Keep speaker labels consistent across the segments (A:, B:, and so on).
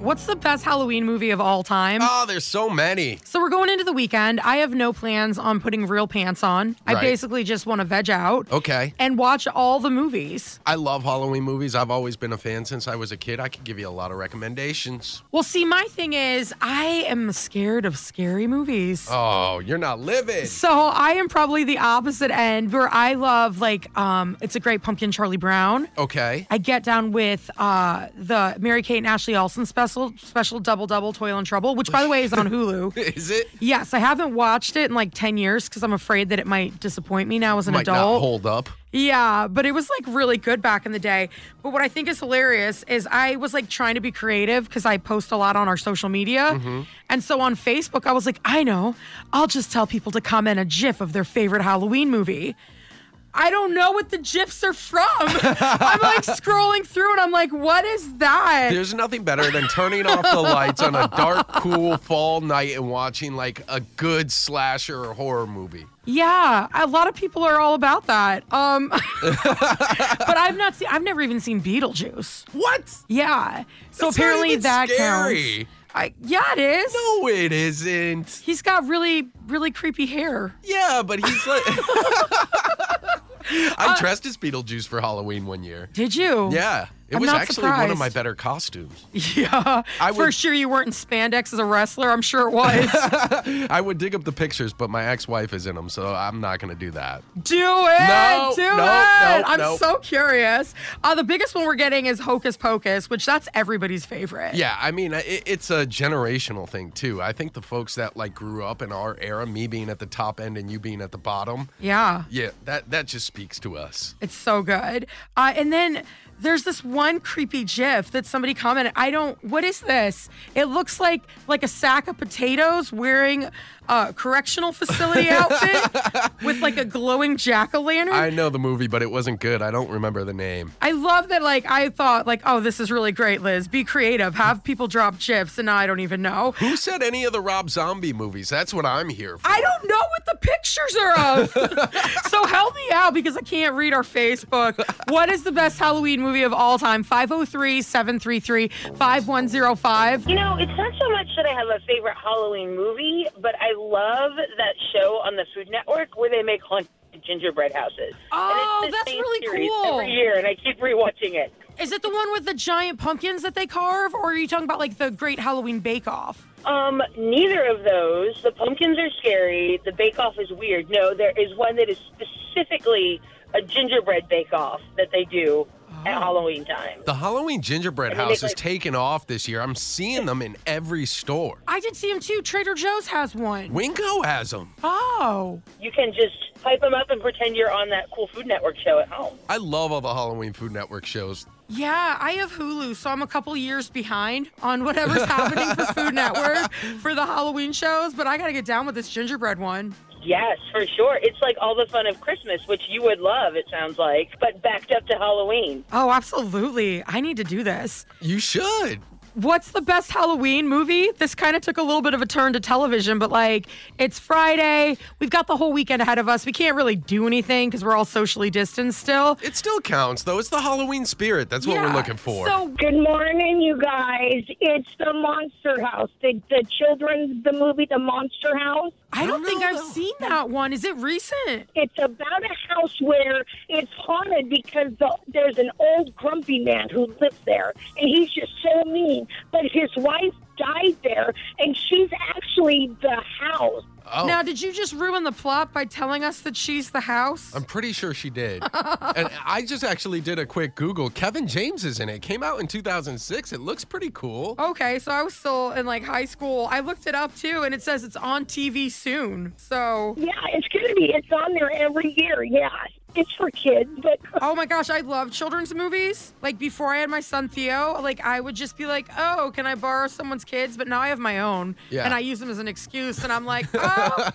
A: What's the best Halloween movie of all time?
B: Oh, there's so many.
A: So we're going into the weekend. I have no plans on putting real pants on. I
B: Right.
A: basically just want to veg out
B: Okay.
A: and watch all the movies.
B: I love Halloween movies. I've always been a fan since I was a kid. I could give you a lot of recommendations.
A: Well, see, my thing is, I am scared of scary movies.
B: Oh, you're not living.
A: So I am probably the opposite end where I love like um it's a great pumpkin Charlie Brown.
B: Okay.
A: I get down with uh the Mary Kate and Ashley Olsen special special double double toil and trouble, which by the way is on Hulu.
B: Is it?
A: Yes, I haven't watched it in like 10 years because I'm afraid that it might disappoint me now as an
B: Might not
A: adult.
B: hold up.
A: Yeah, but it was like really good back in the day. But what I think is hilarious is I was like trying to be creative because I post a lot on our social media.
B: Mm-hmm.
A: And so on Facebook, I was like, I know, I'll just tell people to comment a GIF of their favorite Halloween movie. I don't know what the GIFs are from. I'm like scrolling through and I'm like, what is that?
B: There's nothing better than turning off the lights on a dark, cool fall night and watching like a good slasher or horror movie.
A: yeah, a lot of people are all about that. Um, but I've not seen, I've never even seen Beetlejuice.
B: What?
A: Yeah. So
B: That's not
A: apparently
B: even
A: that
B: scary.
A: counts. I, yeah, it is.
B: No, it isn't.
A: He's got really, really creepy hair.
B: Yeah, but he's like. I
A: Uh,
B: dressed as Beetlejuice for Halloween one year.
A: Did you?
B: Yeah. It
A: I'm
B: was
A: not
B: actually one of my
A: surprised.
B: better costumes.
A: Yeah.
B: I
A: For
B: would-
A: sure you weren't in spandex as a wrestler. I'm sure it was.
B: I would dig up the pictures, but my ex-wife is in them, so I'm not going to do that.
A: do it.
B: No,
A: do
B: no,
A: it.
B: no,
A: I'm
B: no.
A: so curious. Uh, the biggest one we're getting is Hocus Pocus, which that's everybody's favorite.
B: Yeah, I mean, it, it's a generational thing too. I think the folks that like grew up in our era, me being at the top end and you being at the bottom,
A: Yeah.
B: yeah, that that just speaks to us.
A: It's so good. Uh, and then there's this one creepy GIF that somebody commented. I don't. What is this? It looks like like a sack of potatoes wearing a correctional facility outfit with like a glowing jack o' lantern.
B: I
A: I,
B: know the movie, but it wasn't good. I don't remember the name.
A: love that. Like I thought, like oh, this is really great, Liz. Be creative. Have people drop GIFs, and now I don't even know.
B: Who said any of the Rob Zombie movies? That's what I'm here for.
A: I don't know what the pictures are of. so help me out because I can't read our Facebook. What is the best Halloween movie of all time? 503 733 5105.
C: You know, it's not so much that I have a favorite Halloween movie, but I love that show on the Food Network where they make haunted gingerbread houses.
A: Oh,
C: and it's the
A: that's
C: same
A: really
C: series
A: cool.
C: Every year, and I keep rewatching it.
A: Is it the one with the giant pumpkins that they carve, or are you talking about like the Great Halloween Bake Off?
C: Um, neither of those. The pumpkins are scary. The Bake Off is weird. No, there is one that is specifically a gingerbread Bake Off that they do at
A: Oh.
C: Halloween time.
B: The Halloween gingerbread
C: mean,
B: house
C: they-
B: is taken off this year. I'm seeing them in every store.
A: I did see him too. Trader Joe's has one.
B: Wingo has them.
A: Oh.
C: You can just pipe them up and pretend you're on that cool Food Network show at home.
B: I love all the Halloween Food Network shows.
A: Yeah, I have Hulu, so I'm a couple years behind on whatever's happening for Food Network for the Halloween shows, but I gotta get down with this gingerbread one.
C: Yes, for sure. It's like all the fun of Christmas, which you would love, it sounds like, but backed up to Halloween.
A: Oh, absolutely. I need to do this.
B: You should.
A: What's the best Halloween movie? This kind of took a little bit of a turn to television, but like it's Friday. We've got the whole weekend ahead of us. We can't really do anything because we're all socially distanced still.
B: It still counts, though. It's the Halloween spirit. That's what
A: Yeah.
B: we're looking for.
A: So,
D: Good morning, you guys. It's the Monster House. The, the children's the movie, The Monster House.
A: I don't
B: No,
A: think
B: no,
A: I've
B: no.
A: seen that one. Is it recent?
D: It's about a house where it's haunted because the, there's an old grumpy man who lives there, and he's just so mean. But his wife died there, and she's actually the house.
B: oh,
A: Now, did you just ruin the plot by telling us that she's the house?
B: I'm pretty sure she did. and I just actually did a quick Google. Kevin James is in it. Came out in 2006. It looks pretty cool.
A: Okay, so I was still in like high school. I looked it up too, and it says it's on TV soon. So
D: Yeah, it's going to be. It's on there every year. Yeah. It's for kids, but
A: Oh my gosh, I love children's movies. Like before I had my son Theo, like I would just be like, "Oh, can I borrow someone's kids?" But now I have my own,
B: Yeah.
A: and I use them as an excuse. And I'm like, "Oh,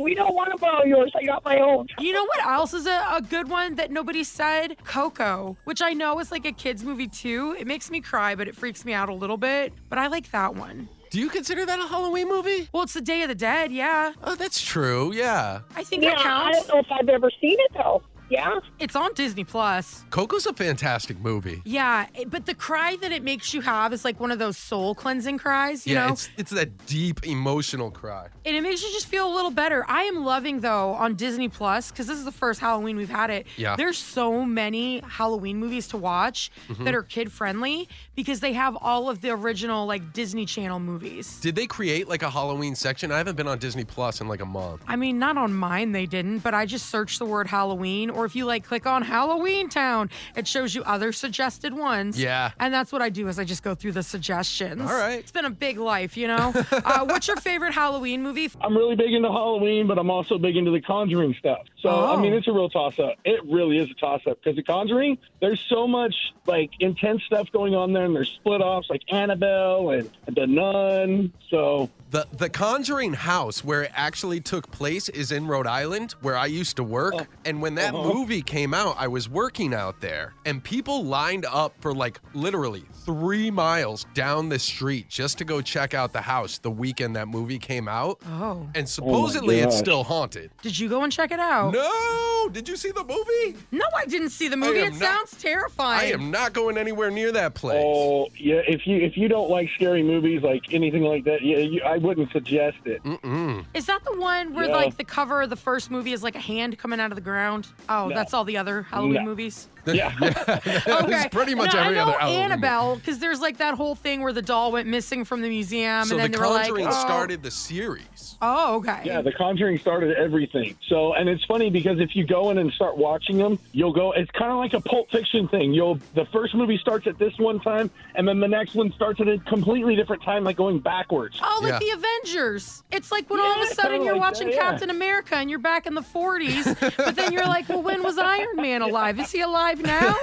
D: we don't want to borrow yours. I got my own.
A: you know what else is a, a good one that nobody said? Coco, which I know is like a kids movie too. It makes me cry, but it freaks me out a little bit. But I like that one.
B: Do you consider that a Halloween movie?
A: Well, it's the Day of the Dead, yeah.
B: Oh, that's true. Yeah.
A: I think
D: Yeah,
A: that
D: I
A: counts.
D: don't know if I've ever seen it though. Yeah,
A: It's on Disney Plus.
B: Coco's a fantastic movie.
A: Yeah, it- but the cry that it makes you have is like one of those soul cleansing cries, you
B: yeah,
A: know?
B: it's it's that deep emotional cry.
A: and it makes you just feel a little better. I am loving though on Disney Plus because this is the first Halloween we've had it.
B: Yeah.
A: there's so many Halloween movies to watch
B: Mm-hmm.
A: that are kid friendly because they have all of the original like Disney Channel movies.
B: Did they create like a Halloween section? I haven't been on Disney Plus in like a month.
A: I mean, not on mine they didn't, but I just searched the word Halloween, or if you like click on Halloween Town, it shows you other suggested ones.
B: Yeah.
A: And that's what I do is I just go through the suggestions.
B: All right.
A: It's been a big life, you know? uh, what's your favorite Halloween movie?
E: I'm really big into Halloween, but I'm also big into the Conjuring stuff. So
A: Oh.
E: I mean, it's a real toss up. It really is a toss up because the Conjuring, there's so much like intense stuff going on there, and there's split offs like Annabelle and The Nun. So
B: The the Conjuring house where it actually took place is in Rhode Island where I used to work
A: Oh.
B: and when that
A: Uh-huh.
B: movie came out I was working out there and people lined up for like literally 3 miles down the street just to go check out the house the weekend that movie came out
A: Oh,
B: and supposedly it's
E: gosh.
B: still haunted.
A: did you go and check it out?
B: No, did you see the movie?
A: No, I didn't see the movie.
B: I
A: It
B: am not-
A: sounds
B: I
A: terrifying.
B: am not going anywhere near that place.
E: oh yeah, if you if you don't like scary movies like anything like that, yeah, you, I wouldn't suggest it.
B: Mm-mm.
A: Is that the one where
E: Yeah.
A: like the cover of the first movie is like a hand coming out of the ground? Oh,
E: No.
A: that's all the other Halloween
E: No.
A: movies.
E: Yeah.
A: Okay.
B: It's pretty much
A: No,
B: every
A: I know
B: other Halloween movie.
A: Annabelle, because there's like that whole thing where the doll went missing from the museum,
B: So
A: and then
B: the
A: they were like,
B: Conjuring
A: oh.
B: started the series.
A: Oh, okay.
E: Yeah, The Conjuring started everything. So, and it's funny because if you go in and start watching them, you'll go. It's kind of like a Pulp Fiction thing. You'll the first movie starts at this one time, and then the next one starts at a completely different time, like going backwards.
A: Oh, like
B: Yeah.
A: the Avengers. It's like when all of
E: Yeah,
A: a sudden
E: kinda
A: you're
E: like
A: watching
E: that, yeah.
A: Captain America and you're back in the 40s, but then you're like, well, when was Iron Man alive? Is he alive now?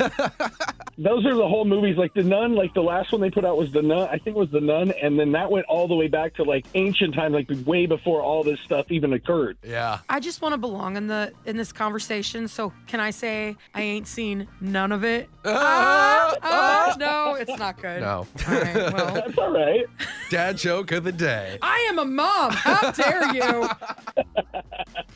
E: Those are the whole movies. Like the Nun, like the last one they put out was the Nun. I think it was the Nun, and then that went all the way back to like ancient times, like way before all this stuff even occurred.
B: Yeah.
A: I just want to belong in the in this conversation. So can I say I ain't seen none of it? Ah, ah, no, it's not good.
B: Uh, No.
A: All right, well,
E: That's all right.
B: Dad joke of the day.
A: I am a mom. How dare you?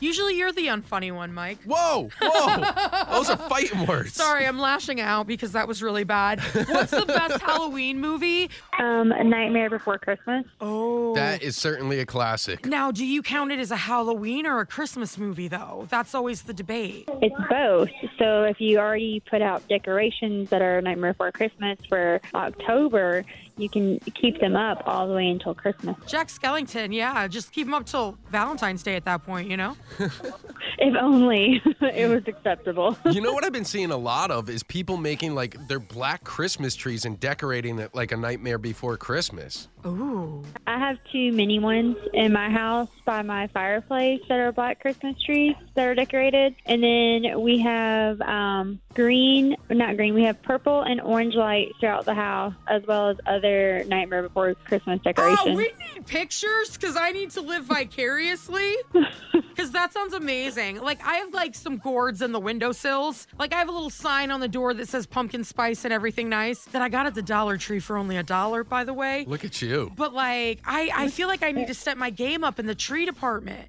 A: Usually you're the unfunny one, Mike.
B: Whoa, whoa. Those are fighting words.
A: Sorry, I'm lashing out because that was really bad. What's the best Halloween movie?
F: Um, A Nightmare Before Christmas.
A: Oh.
B: That is certainly a classic.
A: now, do you count it as a Halloween or a Christmas movie, though? That's always the debate.
F: It's both. So if you already put out decorations that are Nightmare Before Christmas for October, you can keep them up all the way until Christmas.
A: Jack Skellington, yeah, just keep him up till Valentine's Day at that point, you know?
F: If only it was acceptable.
B: You know what I've been seeing a lot of is people making like their black Christmas trees and decorating it like a nightmare before Christmas.
A: Ooh.
F: I have two mini ones in my house by my fireplace that are black Christmas trees that are decorated. And then we have um, green, not green, we have purple and orange lights throughout the house, as well as other Nightmare Before Christmas decorations.
A: Oh, we need pictures because I need to live vicariously. Because that sounds amazing. Like, I have like some gourds in the windowsills. Like, I have a little sign on the door that says pumpkin spice and everything nice that I got at the Dollar Tree for only a dollar, by the way.
B: Look at you.
A: But like, I, I feel like I need to step my game up in the tree department.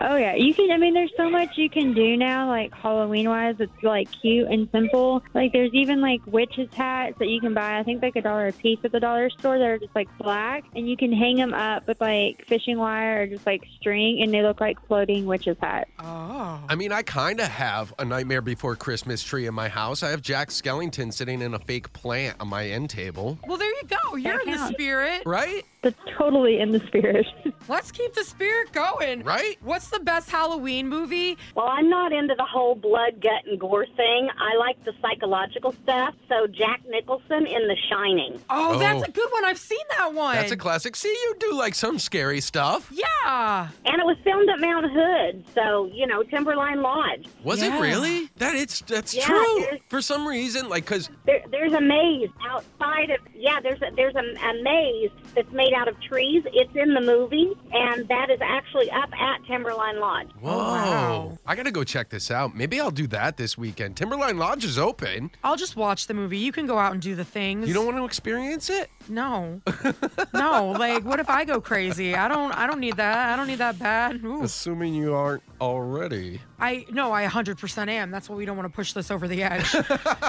F: Oh yeah, you can. I mean, there's so much you can do now, like Halloween-wise. It's like cute and simple. Like there's even like witches hats that you can buy. I think like a dollar a piece at the dollar store. They're just like black, and you can hang them up with like fishing wire or just like string, and they look like floating witches hats.
A: Oh.
B: I mean, I kind of have a nightmare before Christmas tree in my house. I have Jack Skellington sitting in a fake plant on my end table.
A: Well, there you you go. You're in the
G: counts.
A: spirit.
B: Right?
G: That's totally in the spirit.
A: Let's keep the spirit going.
B: Right?
A: What's the best Halloween movie?
C: Well, I'm not into the whole blood, gut, and gore thing. I like the psychological stuff. So Jack Nicholson in The Shining.
A: Oh, that's
B: Oh.
A: a good one. I've seen that one.
B: That's a classic. See, you do like some scary stuff.
A: yeah.
C: And it was filmed at Mount Hood, so you know Timberline Lodge.
B: Was
A: Yeah.
B: it really? That it's that's
C: Yeah,
B: true.
C: there's-
B: For some reason, like because
C: There, there's a maze outside of yeah. There's a, there's a, a maze that's made out of trees. It's in the movie, and that is actually up at Timberline Lodge.
B: whoa,
A: wow.
B: I gotta go check this out. Maybe I'll do that this weekend. Timberline Lodge is open.
A: I'll just watch the movie. You can go out and do the things.
B: You don't want to experience it?
A: No. no. Like, what if I go crazy? I don't. I don't need that. I don't need that bad. Ooh.
B: Assuming you aren't already.
A: I no, I 100% am. That's why we don't want to push this over the edge.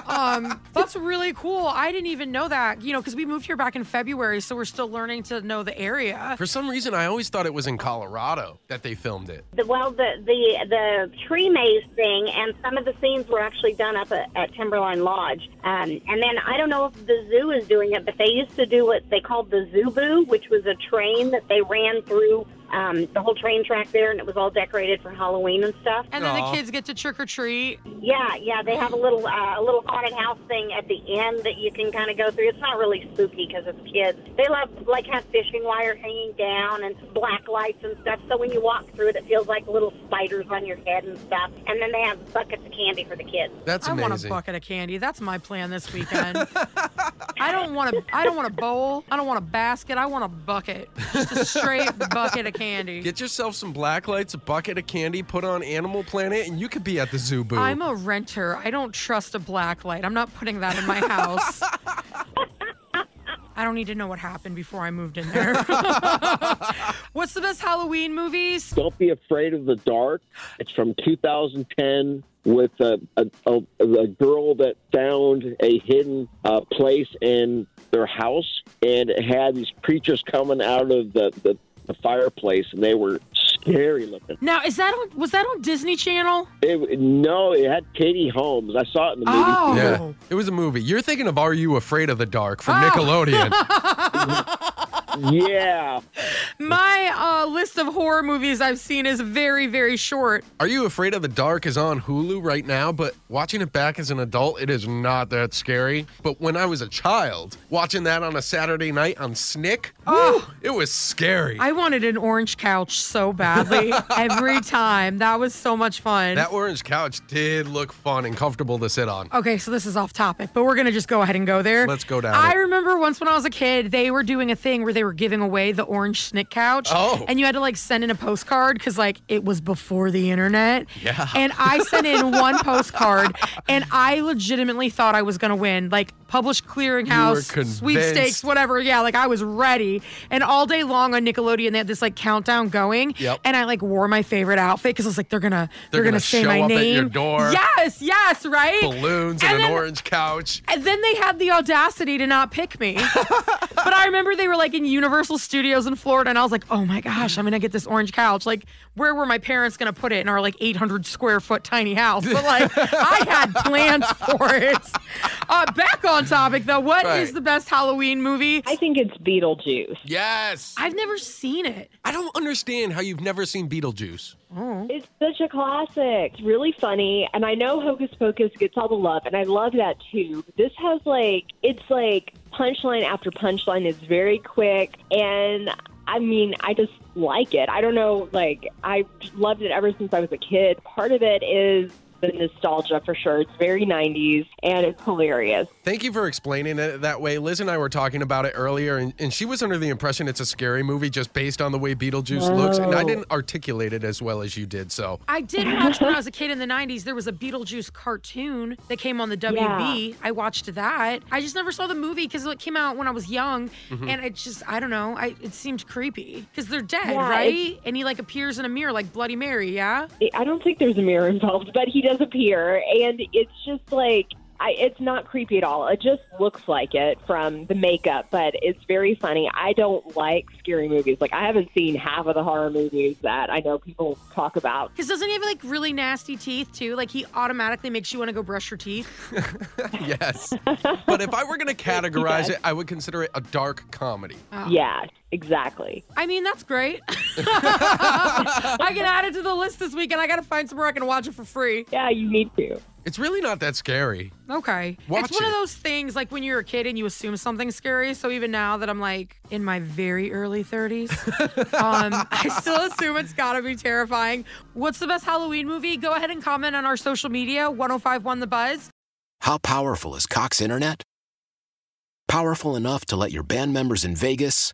A: um, that's really cool. I didn't even know that, you know, because we moved here back in February, so we're still learning to know the area.
B: For some reason, I always thought it was in Colorado that they filmed it.
C: The, well, the the the tree maze thing, and some of the scenes were actually done up at, at Timberline Lodge. Um, and then I don't know if the zoo is doing it, but they used to do what they called the Zoo Boo, which was a train that they ran through um, the whole train track there, and it was all decorated for Halloween and stuff.
A: And then
B: Aw.
A: the kids get to trick or treat.
C: Yeah, yeah, they have a little uh, a little haunted house thing at the end that you can kind of go through. It's not really spooky because it's kids. They love like have fishing wire hanging down and black lights and stuff. So when you walk through it, it feels like little spiders on your head and stuff. And then they have buckets of candy for the kids.
B: That's
A: I want a
B: amazing.
A: bucket of candy. That's my plan this weekend. I don't want a I don't want a bowl. I don't want a basket. I want a bucket. Just a straight bucket of candy.
B: Get yourself some black lights, a bucket of candy, put on Animal Planet, and you could be at the zoo boo.
A: I'm a renter. I don't trust a black light. I'm not putting that in my house. I don't need to know what happened before I moved in there. What's the best Halloween movies?
H: Don't Be Afraid of the Dark. It's from 2010 with a, a, a, a girl that found a hidden uh, place in their house, and it had these creatures coming out of the, the, the fireplace, and they were scary looking.
A: Now, is that on, was that on Disney Channel?
H: It, no, it had Katie Holmes. I saw it in the movie.
A: Oh.
B: yeah, it was a movie. You're thinking of Are You Afraid of the Dark from
A: Oh.
B: Nickelodeon.
H: Yeah.
A: My uh, list of horror movies I've seen is very, very short.
B: Are You Afraid of the Dark is on Hulu right now, but watching it back as an adult, it is not that scary. But when I was a child, watching that on a Saturday night on Snick,
A: Oh.
B: woo, it was scary.
A: I wanted an orange couch so badly every time. That was so much fun.
B: that orange couch did look fun and comfortable to sit on.
A: Okay, so this is off topic, but we're gonna just go ahead and go there.
B: Let's go down
A: I
B: it.
A: remember once when I was a kid, they were doing a thing where they were giving away the orange snick couch.
B: Oh.
A: And you had to like send in a postcard because like it was before the internet.
B: Yeah.
A: And I sent in one postcard and I legitimately thought I was gonna win. Like published clearinghouse,
B: convinced.
A: sweepstakes, whatever. Yeah, like I was ready. And all day long on Nickelodeon, they had this like countdown going.
B: Yep.
A: And I like wore my favorite outfit because I was like, they're gonna they're, gonna,
B: They're gonna
A: say
B: show
A: my
B: up at
A: name.
B: your door.
A: Yes, yes, right.
B: Balloons and,
A: And
B: an
A: then-
B: orange couch.
A: And then they had the audacity to not pick me. but I remember they were like in Universal Studios in Florida, and I was like, oh my gosh, I'm gonna get this orange couch. Like, where were my parents gonna put it in our like 800 square foot tiny house? But like, I had plans for it. Uh, back on topic though, what is
B: Right.
A: the best Halloween movie?
F: I think it's Beetlejuice.
B: Yes. I,
A: I've never seen it.
B: don't understand how you've never seen Beetlejuice.
F: It's such a classic. It's really funny. And I know Hocus Pocus gets all the love, and I love that too. This has like, it's like punchline after punchline. It's very quick. And I mean, I just like it. I don't know, like, I loved it ever since I was a kid. Part of it is the nostalgia for sure. It's very 90s, and it's hilarious.
B: Thank you for explaining it that way. Liz and I were talking about it earlier, and, and she was under the impression it's a scary movie just based on the way Beetlejuice looks. And I didn't articulate it as well as you did. So
A: I did watch when I was a kid in the 90s, there was a Beetlejuice cartoon that came on the WB. I watched that. I just never saw the movie because it came out when I was young. And it just, I don't know, I, it seemed creepy because they're dead,
F: Yeah,
A: right? And he like appears in a mirror like Bloody Mary, yeah?
F: I don't think there's a mirror involved, but he does appear, and it's just like I, it's not creepy at all. It just looks like it from the makeup, but it's very funny. I don't like scary movies. Like I haven't seen half of the horror movies that I know people talk about.
A: Because doesn't he have like really nasty teeth too? Like he automatically makes you want to go brush your teeth.
B: yes. But if I were going to categorize it, I would consider it a dark comedy.
A: Oh.
F: Yeah, exactly.
A: I mean, that's great. I can add it to the list this weekend. I got to find somewhere I can watch it for free.
F: Yeah, you need to.
B: It's really not that scary.
A: Okay.
B: Watch
A: it's one
B: it.
A: of those things like when you're a kid and you assume something's scary. So even now that I'm like in my very early 30s, um, I still assume it's got to be terrifying. What's the best Halloween movie? Go ahead and comment on our social media 1051 The Buzz.
I: How powerful is Cox Internet? Powerful enough to let your band members in Vegas,